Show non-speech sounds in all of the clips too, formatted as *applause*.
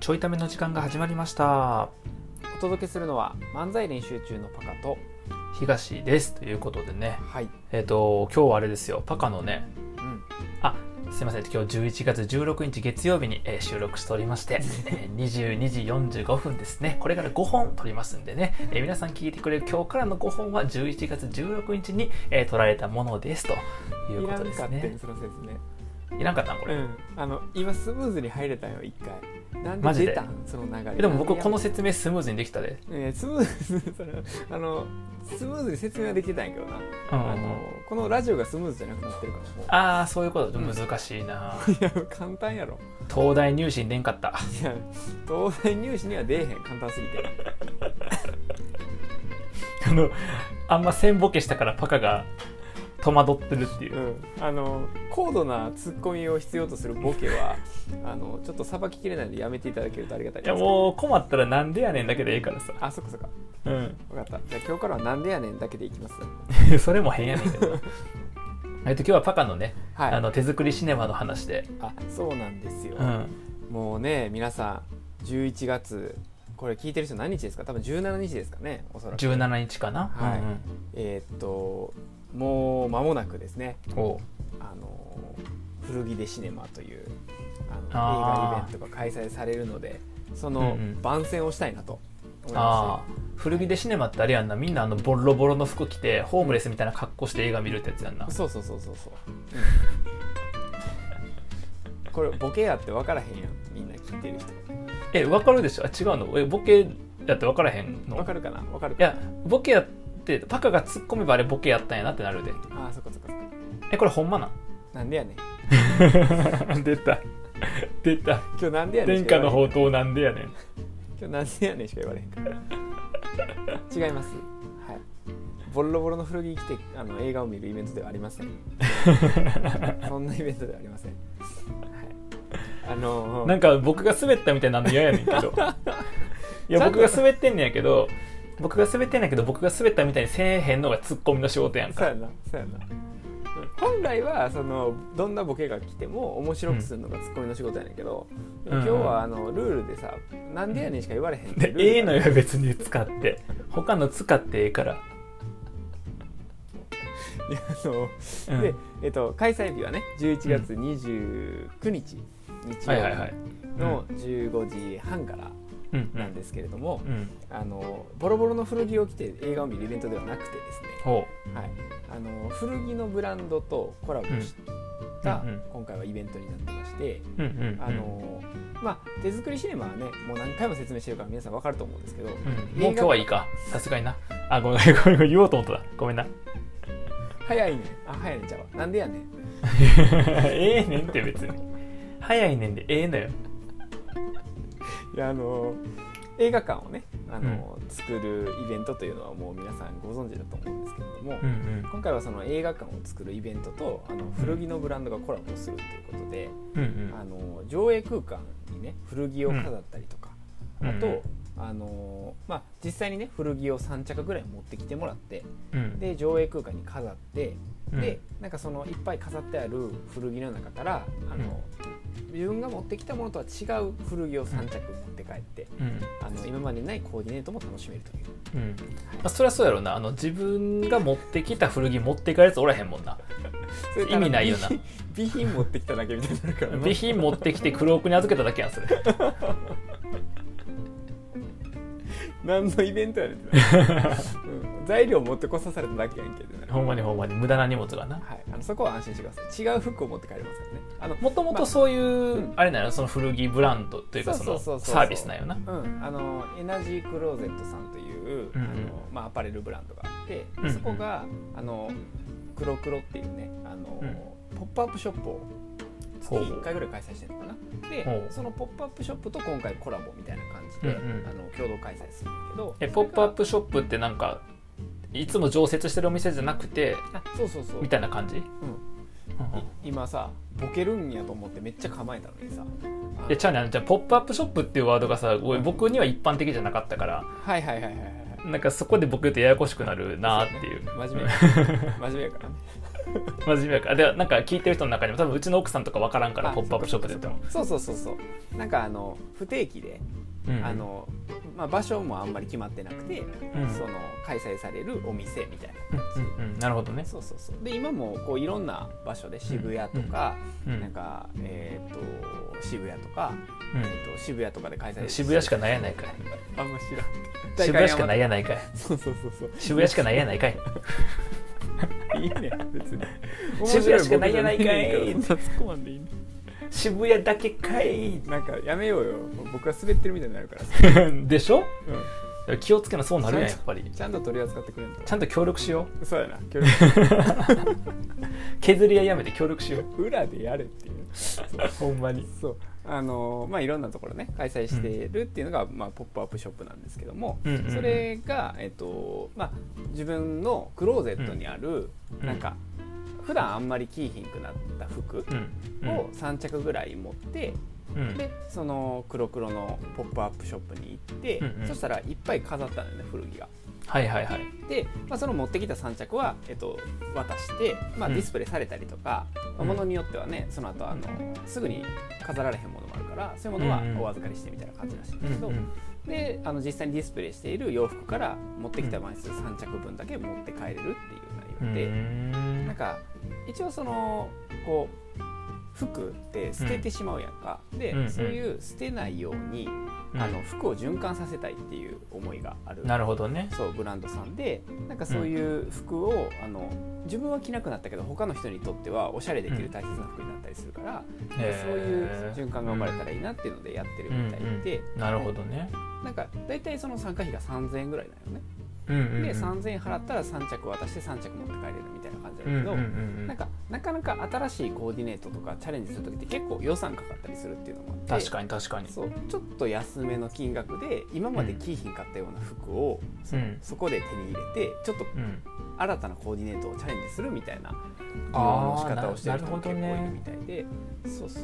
ちょいための時間が始まりましたお届けするのは漫才練習中のパカと東ですということでねはい、えっ、と今日はあれですよパカのねうん、すいません今日11月16日月曜日に、えー収録しておりまして、えー22時45分ですねこれから5本撮りますんでね、えー皆さん聞いてくれる今日からの5本は11月16日に、えー撮られたものですということですいらんかってねんその説ねいらんかったんこうれ、んあの今スムーズに入れたよ一回なんマジでで出たんその流れえでも僕このい説明スムーズにできたで、やいやスムーズ *laughs* そのあのスムーズに説明はできてたんやけどな、うんあのこのラジオがスムーズじゃなくなってるからもうああそういうことうん難しいな、いや *laughs* 簡単やろ東大入試に出んかったいや東大入試には出えへん簡単すぎてあの、あんま線ボケしたからパカが戸惑ってるっていうう。ん、あの高度なツッコミを必要とするボケはあのちょっとさばききれないのでやめていただけるとありがたいいでやすもう困ったらなんでやねんだけでええからさ。あそっかそっかうん。 *laughs* 分かったじゃあ今日からは「なんでやねん」だけでいきますそれも変やねんけど。 *laughs* えっと今日はパカのね、はいあの手作りシネマの話で。あそうなんですよ、うん。もうね皆さん11月これ聞いてる人何日ですか多分17日ですかねおそらく17日かな。はいうんえーっともう間もなくですねうん、おうあの古着でシネマというあのあー映画イベントが開催されるのでそうんうのん番宣をしたいなと思いまああ。古着でシネマってあれやんな。みんなあのボロボロの服着て、ホームレスみたいな格好して映画見るってやつやんなす。そうそうそうそうそう、 *laughs* うんこれボケやって分からへんやんみんな聞いてる人え、わかるでしょあ違うのえ、ボケやってわからへんの分かるかな分かるいかなや、ボケやって、パカが突っ込めばあれボケやったんやなってなるで。あーそっかそっかそっかえ、これほんまなんなんでやねん *laughs* 出た出た今日なんでやねん天しか下言わのれへん宝刀なんでやねん今日なんでやねんしか言われへんから違いますはいボロボロの古着着てあの映画を見るイベントではありませんそんなイベントではありませんはいあ *laughs* のなんか僕が滑ったみたいなんで嫌やねんけ *laughs* どいや僕が滑ってんねんやけど僕が滑ってんねんやけど僕が滑ったみたいにせえへんのがツッコミの仕事やんそうかやなそうやな本来はそのどんなボケが来ても面白くするのがツッコミの仕事やねんけど、んでも今日はあのルールでさ「なんでやねん」しか言われへんってでルールがええのよ別に使って他の使ってええからいやあのうんで、えっと、開催日はね11月29日、日はいはいは曜い日の15時半からうんうなんんですけれども、うんあのボロボロの古着を着て映画を見るイベントではなくてですね、ほはい、あの古着のブランドとコラボしたうんうん今回はイベントになってまして、ううんうんうんあのまあ、手作りシネマはねもう何回も説明してるから皆さんわかると思うんですけど、うんもう今日はいいかさすがになあごめんごめん言おうと思ったごめんな早いねんあ早いねんちゃうわなんでやねん *laughs* ええねんって別に早いねんでええのよいやあの映画館をねあの、作るイベントというのはもう皆さんご存知だと思うんですけれども、うんうん今回はその映画館を作るイベントとあの古着のブランドがコラボするということで、うんうんあの上映空間にね古着を飾ったりとか、うんあと、うんあのまあ、実際にね古着を3着ぐらい持ってきてもらってうんで上映空間に飾ってうんでなんかそのいっぱい飾ってある古着の中からあの、自分が持ってきたものとは違う古着を3着持って帰って、うんあの今までにないコーディネートも楽しめるといううんまあ、そりゃそうやろうなあの自分が持ってきた古着持っていかれるやつおらへんもんなそれ意味ないよなただ備品備品持ってきただけみたいになるからな備品持ってきて黒奥に預けただけやんそれ *laughs* 何のイベントやねんってなるうん材料持ってこさされただけやんけどなるほんまにほんまに無駄な荷物がなはい、あのそこは安心してください違う服を持って帰れますからねあのもともとそういう、うんあれなのその古着ブランドというかそのそうそうそうそうサービスなんよなうん、あのエナジークローゼットさんという、うんうんあのまあ、アパレルブランドがあって、うんうんそこがあのクロクロっていうねあの、うんポップアップショップを月ほう1回ぐらい開催してるのかなほでうそのポップアップショップと今回コラボみたいな感じで、うんうんあの共同開催するんだけどえポップアッそプショップってなんかいつも常設してるお店じゃなくてれがあそうそうそうみたいな感じ、うんうんうんい今さボケるんやと思ってめっちゃ構えたのにさあのいやちゃうねんあのじゃあポップアップショップっていうワードがさおい僕には一般的じゃなかったからはいはいはいはいはいはいはいなんかそこで僕言うとややこしくなるなーっていう真面 *laughs* 目や真面目やからね真面目やからでなんか聞いてる人の中にも多分うちの奥さんとかわからんから「あポップアップショップで言ってもそうそうそうそうなんかあの不定期で、うんあのまあ、場所もあんまり決まってなくて、んその開催されるお店みたいな感じ、うんうんうんなるほどねそうそうそうで今もこういろんな場所で渋谷とか、うんうんなんかえっ、と渋谷とか、うんえーと渋谷とかで開催渋谷しかないやないかいあんま知らん渋谷しかないややないかいそうそうそうそう渋谷しかないやないかいいいね別に渋谷しかないやないかい面白僕じゃないんだからそんな突っ込まんでいいね渋谷だけかいなんかやめようよ僕は滑ってるみたいになるからさ、 *laughs* でしょうん気をつけなそうなるやんやっぱりちゃんと取り扱ってくれんとちゃんと協力しよそうやな協力う削り合いやめて協力しよう裏でやれっていう *laughs* ほんまにそうあのまあいろんなところね開催してるっていうのが、まあ、ポップアップショップなんですけども、うんうんうんそれが、えっとまあ、自分のクローゼットにある、うんなんか普段あんまり着いひんくなった服うんを3着ぐらい持って、うんうんでその黒黒のポップアップショップに行って、うんうんそしたらいっぱい飾ったんだよね古着が。はいはいはいで、まあ、その持ってきた3着は、えっと、渡して、まあ、うんディスプレイされたりとか、まあうんものによってはねその後あのすぐに飾られへんものもあるからそういうものはうんうんお預かりしてみたいな感じらしいんうだんけうど、んであの実際にディスプレイしている洋服から持ってきた枚数3着分だけ持って帰れるっていうう内容で、んなんか一応そのこう服って捨ててしまうやんか、で、うんうんそういう捨てないように、うんあの服を循環させたいっていう思いがあるなるほどねそうブランドさんでなんかそういう服を、あの自分は着なくなったけど他の人にとってはおしゃれできる大切な服になったりするから、なんかそういうへー循環が生まれたらいいなっていうのでやってるみたいで、なるほどねなんか大体その参加費が3000円ぐらいだよね、うんうんうんで3000円払ったら3着渡して3着持って帰れるみたいな感じうだんうけんうど、んうんなんかなかなか新しいコーディネートとかチャレンジする時って結構予算かかったりするっていうのもあって確かに確かにそうちょっと安めの金額で今まで着いひんかったような服を、そうんそこで手に入れてちょっとうん新たなコーディネートをチャレンジするみたいな利用の仕方をしてる人も結構いるみたいで、そうそうそう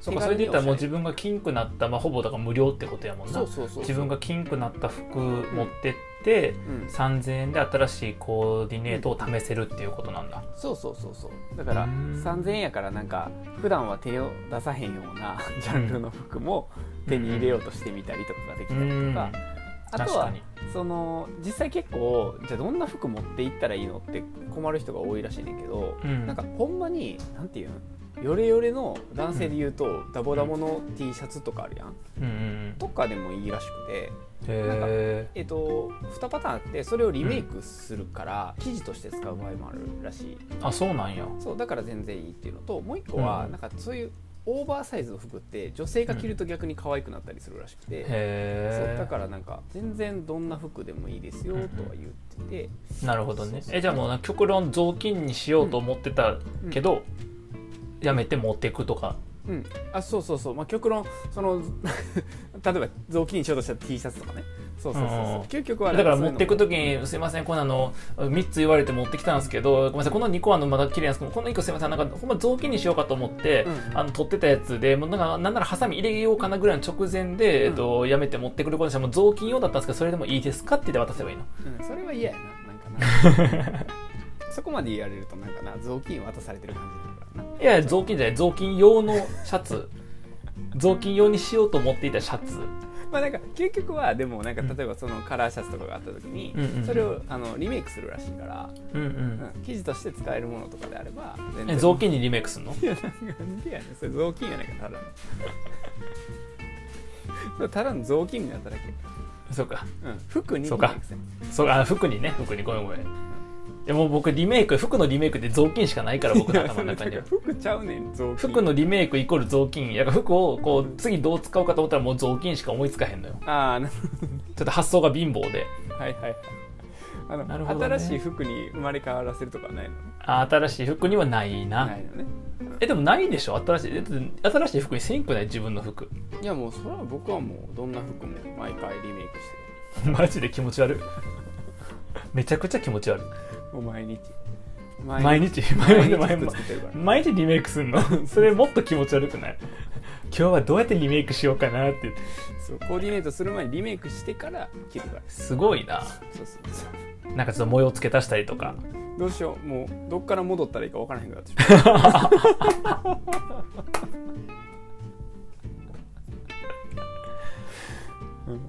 そうかそれで言ったらもう自分分が金くなったまあほぼだから無料ってことやもんなそうそうそう自分が金くなった服持ってってうん3000円で新しいコーディネートを試せるっていうことなんだそうそうそうそうだからうん3000円やからなんか普段は手を出さへんような *laughs* ジャンルの服も手に入れようとしてみたりとかができたりとか、あ確とかはにその実際結構じゃあどんな服持っていったらいいのって困る人が多いらしいねんだけど、うんなんかほんまになんていうんヨレヨレの男性で言うとダボダボの T シャツとかあるやんうんうんとかでもいいらしくて、うんへえっと2パターンあってそれをリメイクするから生地として使う場合もあるらしいーあそうなんやそうだから全然いいっていうのともう1個はうんなんかそういうオーバーサイズの服って女性が着ると逆に可愛くなったりするらしくて、そうだへからなんか全然どんな服でもいいですよとは言ってて、えなるほどそうねそうえじゃあもうなんか極論雑巾にしようと思ってたけどやめて持っていくとかうん、あそうそうそう、まあ、極論その *laughs* 例えば雑巾にしようとした T シャツとかねそうそうそうそううん究極はだなんからそう持いうのっもていく時に「すいませんこんなの3つ言われて持ってきたんですけどごめんなさいこの2個あのまだ綺麗なんですけどこの1個すいませんなんかほんま雑巾にしようかと思って、うんあの取ってたやつでもうなんかなんならハサミ入れようかなぐらいの直前で、えっと、やめて持ってくることにしたらもう雑巾用だったんですけどそれでもいいですかって言って渡せばいいのうん、それは嫌やななんか *laughs* なそこまで言われるとなんかな雑巾渡されてる感じになるからないやいや雑巾じゃない雑巾用のシャ *laughs* ツ雑巾用にしようと思っていたシャツまあなんか究極はでもなんか例えばそのカラーシャツとかがあった時にうんうんうんそれをあのリメイクするらしいから、うんううんん、生地として使えるものとかであれば全え然雑 *laughs* 巾にリメイクするのいやなんでやねんそれ雑巾やないか *laughs* ただのそれただの雑巾になっただけ、そうかうん、服にそうかリメイクせんそうあ服にね服にごめんごめんいやもう僕リメイク服のリメイクって雑巾しかないから僕の頭の中いにやはそれだから服ちゃうねん雑巾服のリメイクイコール雑巾やから服をこう次どう使おうかと思ったらもう雑巾しか思いつかへんのよああなちょっと発想が貧乏ではいはいはいあの、なるほどね新しい服に生まれ変わらせるとかはないのあ新しい服にはないな、ないのねえでもないでしょ新しいだって新しい服にせんくない自分の服 *laughs* いやもうそれは僕はもうどんな服も毎回リメイクしてマジで気持ち悪いめちゃくちゃ気持ち悪いるもう毎日毎日毎日毎日毎日服作ってるから毎日リメイクすんのそれもっと気持ち悪くない *laughs* 日はどうやってリメイクしようかなってそうコーディネートする前にリメイクしてから切るからすごいなそうそうそうなんかちょっと模様付け足したりとかどうしようもうどっから戻ったらいいか分からへんくなってし *laughs* まう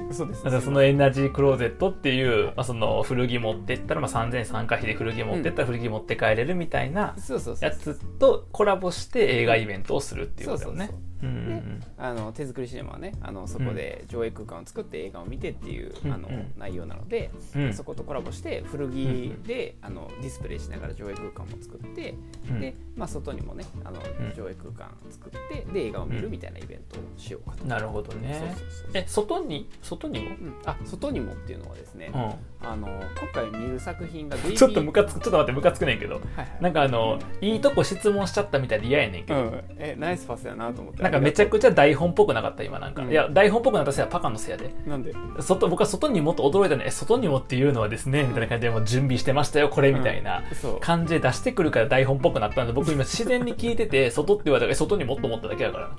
うんそうですだからそのエナジークローゼットっていう、まあ、その古着持ってったら、まあ、3000円参加費で古着持ってったら古着持って帰れるみたいなそうそうそうやつとコラボして映画イベントをするっていうことだよねそうそう。うんうんあの手作りシネマはねあのそこで上映空間を作って映画を見てっていう、うんあのうん内容なので、うんそことコラボして古着で、あのディスプレイしながら上映空間も作って、うんで、まあ、外にもねあのん上映空間作ってで映画を見るみたいなイベントをしようかと。なるほどそうそうね。そうえ外に外にも、うん、あ外にもっていうのはですね、うあの今回見る作品がベイビん、ーちょっとムカつくちょっと待ってムカつくねんけどはいはいなんかあのいいとこ質問しちゃったみたいで嫌やねんけうど、ん、えナイスパスやなと思ってなんかめちゃくちゃ台本っぽくなかった今なんか、うんいや台本っぽくなったせいはパカのせいやでなんで外僕は外にもっと驚いたねえ外にもっていうのはですねみたいな感じでもう準備してましたよこれみたいな。うんそう感じで出してくるから台本っぽくなったんで僕今自然に聞いてて外って言われたから外にもっと思っただけだから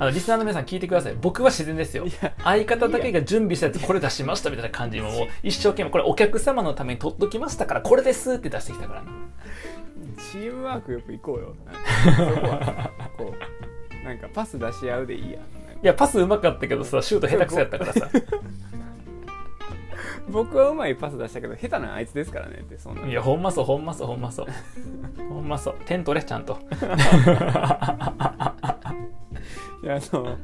あのリスナーの皆さん聞いてください僕は自然ですよいや相方だけが準備したやつこれ出しましたみたいな感じ今もう一生懸命これお客様のために取っときましたからこれですって出してきたからチームワークよく行こうよそこはこうなんかパス出し合うでいいやいやパスうまかったけどさシュート下手くそやったからさ僕はうまいパス出したけど下手なあいつですからねってそんないやほんまそうほんまそうほんまそうほんまそう点取れちゃん *laughs* といやあの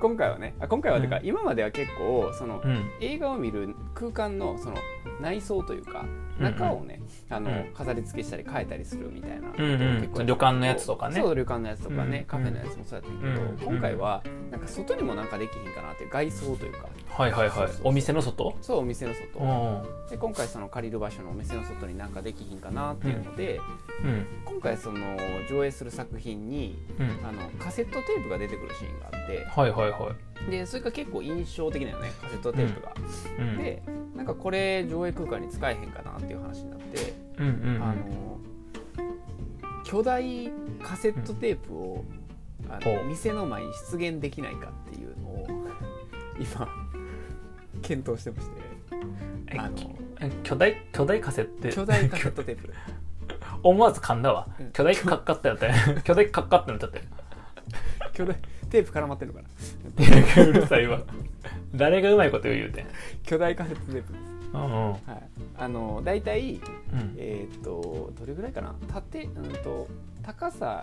今回はねあ今回はてか、うん今までは結構その、うん映画を見る空間のその内装というかうんうん中をね、あのうん飾り付けしたり変えたりするみたいな、うんうんやった旅館のやつとかねそう旅館のやつとかね、うんカフェのやつもそうやったけど、うん今回はなんか外にもなんかできひんかなっていう外装というかはいはいはいお店の外そうお店の外、うんで今回その借りる場所のお店の外になんかできひんかなっていうので、うん今回その上映する作品にうんあのカセットテープが出てくるシーンがあってはいはいはいでそれが結構印象的なよねカセットテープが。うんでなんかこれ上映空間に使えへんかなっていう話になって、うんうんうんあの巨大カセットテープを、あのほう店の前に出現できないかっていうのを *laughs* 今検討してまして。えあの巨大巨大カセット巨大カセットテープ *laughs* 思わず噛んだわうん巨大カッカってな *laughs* ったよ巨大カッカってなっちゃったよ巨大テープ絡まってるのかなうるさいわ *laughs* 誰がうまいこと言うてん巨大カセットテープでうんうんす、はい、あの大体うんえーっ、とどれぐらいかな縦うんと高さ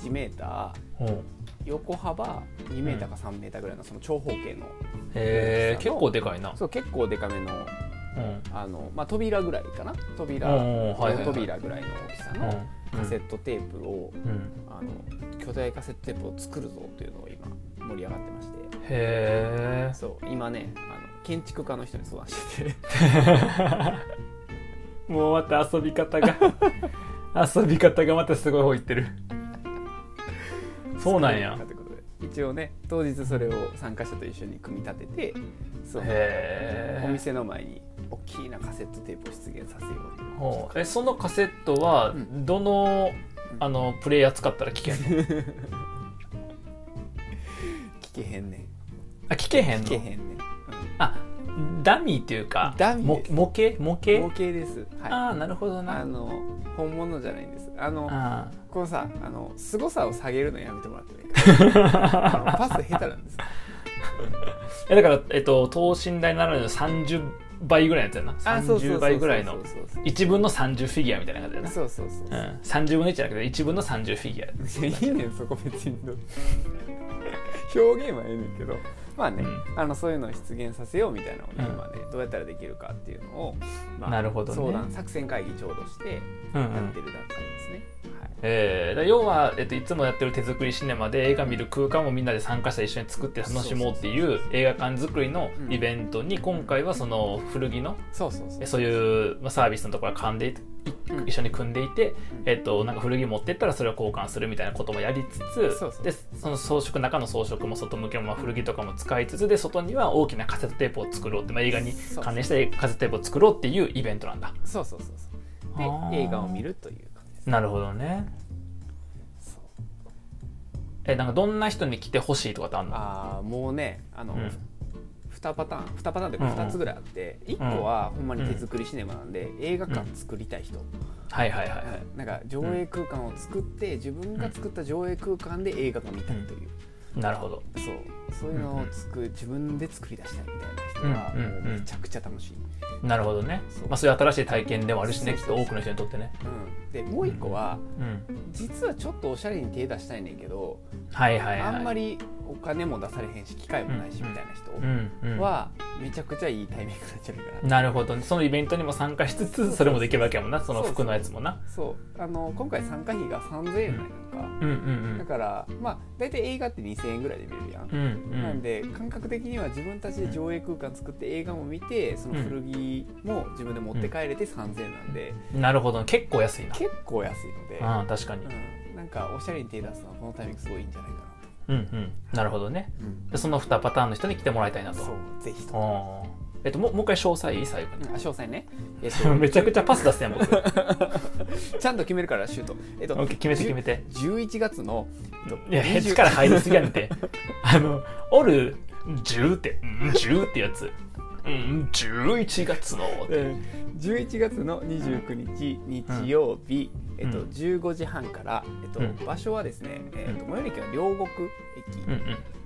1メータほうー横幅2メーターか3メーターぐらいのその長方形のえー結構でかいなそう結構でかめのうんあの、まあ、扉ぐらいかな扉、うんうんはいはいはい扉ぐらいの大きさうんのカセットテープを、うんあの巨大カセットテープを作るぞっていうのを今盛り上がってましてへえそう今ねあの建築家の人に相談してて *laughs* もうまた遊び方が遊び方がまたすごい方いってるそうなんや作れるかということで一応ね当日それを参加者と一緒に組み立ててそうへーお店の前に大きなカセットテープを出現させようというほうえそのカセットはうんどのうんあのプレイヤー使ったら聞けん *laughs* の聞けへんねんあ聞けへん聞のけへんねん、うんあダミーっていうかダミーもです模型模型、模型ですはいああなるほどなあの本物じゃないんですあのあこのさあの凄さを下げるのやめてもらってもいいか *laughs* なあのパス下手なんですーえだから、えっと、等身大ならぬ30倍ぐらいのやつやなあそうそうそうそう30倍ぐらいのそうそう1分の30フィギュアみたいな感じやなそうそうそううん、30分の1じゃなくて1分の30フィギュいやいいねんそこ別にどう表現はええねんけどまあね、うあのそういうのを出現させようみたいなのをねうん今ね、どうやったらできるかっていうのを、まあなるほどね相談作戦会議ちょうどしてア、うんうやっんてる段階ですね、はいえーだから要は、えっと、いつもやってる手作りシネマで映画見る空間もみんなで参加者一緒に作って楽しもうっていう映画館作りのイベントに今回はその古着のそうそうそうえそういうまあサービスのところは噛んでいうん一緒に組んでいて、うんえっと、なんか古着持ってったらそれを交換するみたいなこともやりつつそうそうでその装飾中の装飾も外向けもまあ古着とかも使いつつで外には大きなカセットテープを作ろうって、まあ、映画にそう関連したカセットテープを作ろうっていうイベントなんだそうそうそうあそうーで映画を見るという感じですなるほどねそうえなんかどんな人に来てほしいとかってあんのああもうねあの、うん2パターン2パターンというかうんうん2つぐらいあって、1個はほんまに手作りシネマなんで、映画館作りたい人、はいはいはいはいなんか上映空間を作って自分が作った上映空間で映画が見たいという、なるほどそうそういうのをつく自分で作り出したいみたいな人はもうめちゃくちゃ楽しい、なるほどねそうまあそういう新しい体験でもあるしねきそっうとそうそう多くの人にとってねうん、でもう1個はうん実はちょっとおしゃれに手出したいねんけど、はいはいはいあんまりお金も出されへんし機会もないしみたいな人うんうんはめちゃくちゃいいタイミングなんじゃないかななるほどねそのイベントにも参加しつつそれもできるわけやもんなその服のやつもなそうあの今回参加費が3000円なんか、うんうだんからまあ大体映画って2000円ぐらいで見れるやん、うんうんうなんんで感覚的には自分たちで上映空間作って映画も見てその古着も自分で持って帰れて3000円なんで、なるほど結構安いな結構安いので、あ確かにうんなんかおしゃれに手出すのはこのタイミングすごいいいんじゃないかなと、うんうんなるほどねでその2パターンの人に来てもらいたいなとそうぜひとも、あーえっとももう一回詳細いい最後うんあ詳細ね、えっに *laughs* めちゃくちちゃパス出すやん僕 OK ゃちゃんと決めるからシュート、えっと、決めて決めて11月のいやヘッジから入りすぎや *laughs* ねんてあの「おる10」って「うん10」ってやつ「うん11月の」って11月の29日日曜日、えっと、うん15時半から、えっとうん場所はですね、えっと、最寄り駅はう両国んう駅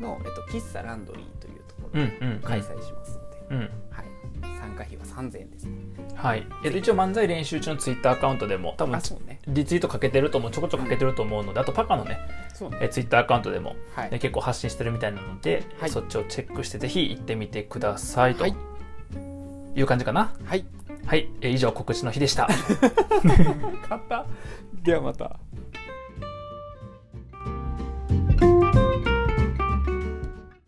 んの、えっと、喫茶ランドリーというとこうろんでうん開催しますのうで、んはい、参加費は3000円ですねはい、えっと、一応漫才練習中のツイッターアカウントでも多分あそうねリツイートかけてると思うちょこちょこかけてると思うのであとパカのねそうねえツイッターアカウントでも、はいね結構発信してるみたいなので、はいそっちをチェックしてぜひ行ってみてくださいとはいいう感じかなはいはい、え以上告知の日でした買ったではまた